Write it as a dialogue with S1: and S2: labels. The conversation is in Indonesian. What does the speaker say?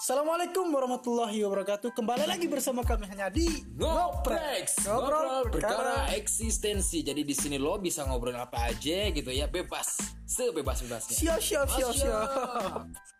S1: Assalamualaikum warahmatullahi wabarakatuh. Kembali lagi bersama kami hanya di
S2: Ngoprex,
S1: Ngobrol
S2: ngobrol
S1: perkara
S2: perkara eksistensi. Jadi di sini lo bisa ngobrol apa aja gitu ya, bebas, sebebas bebasnya.
S1: Siap siap siap siap.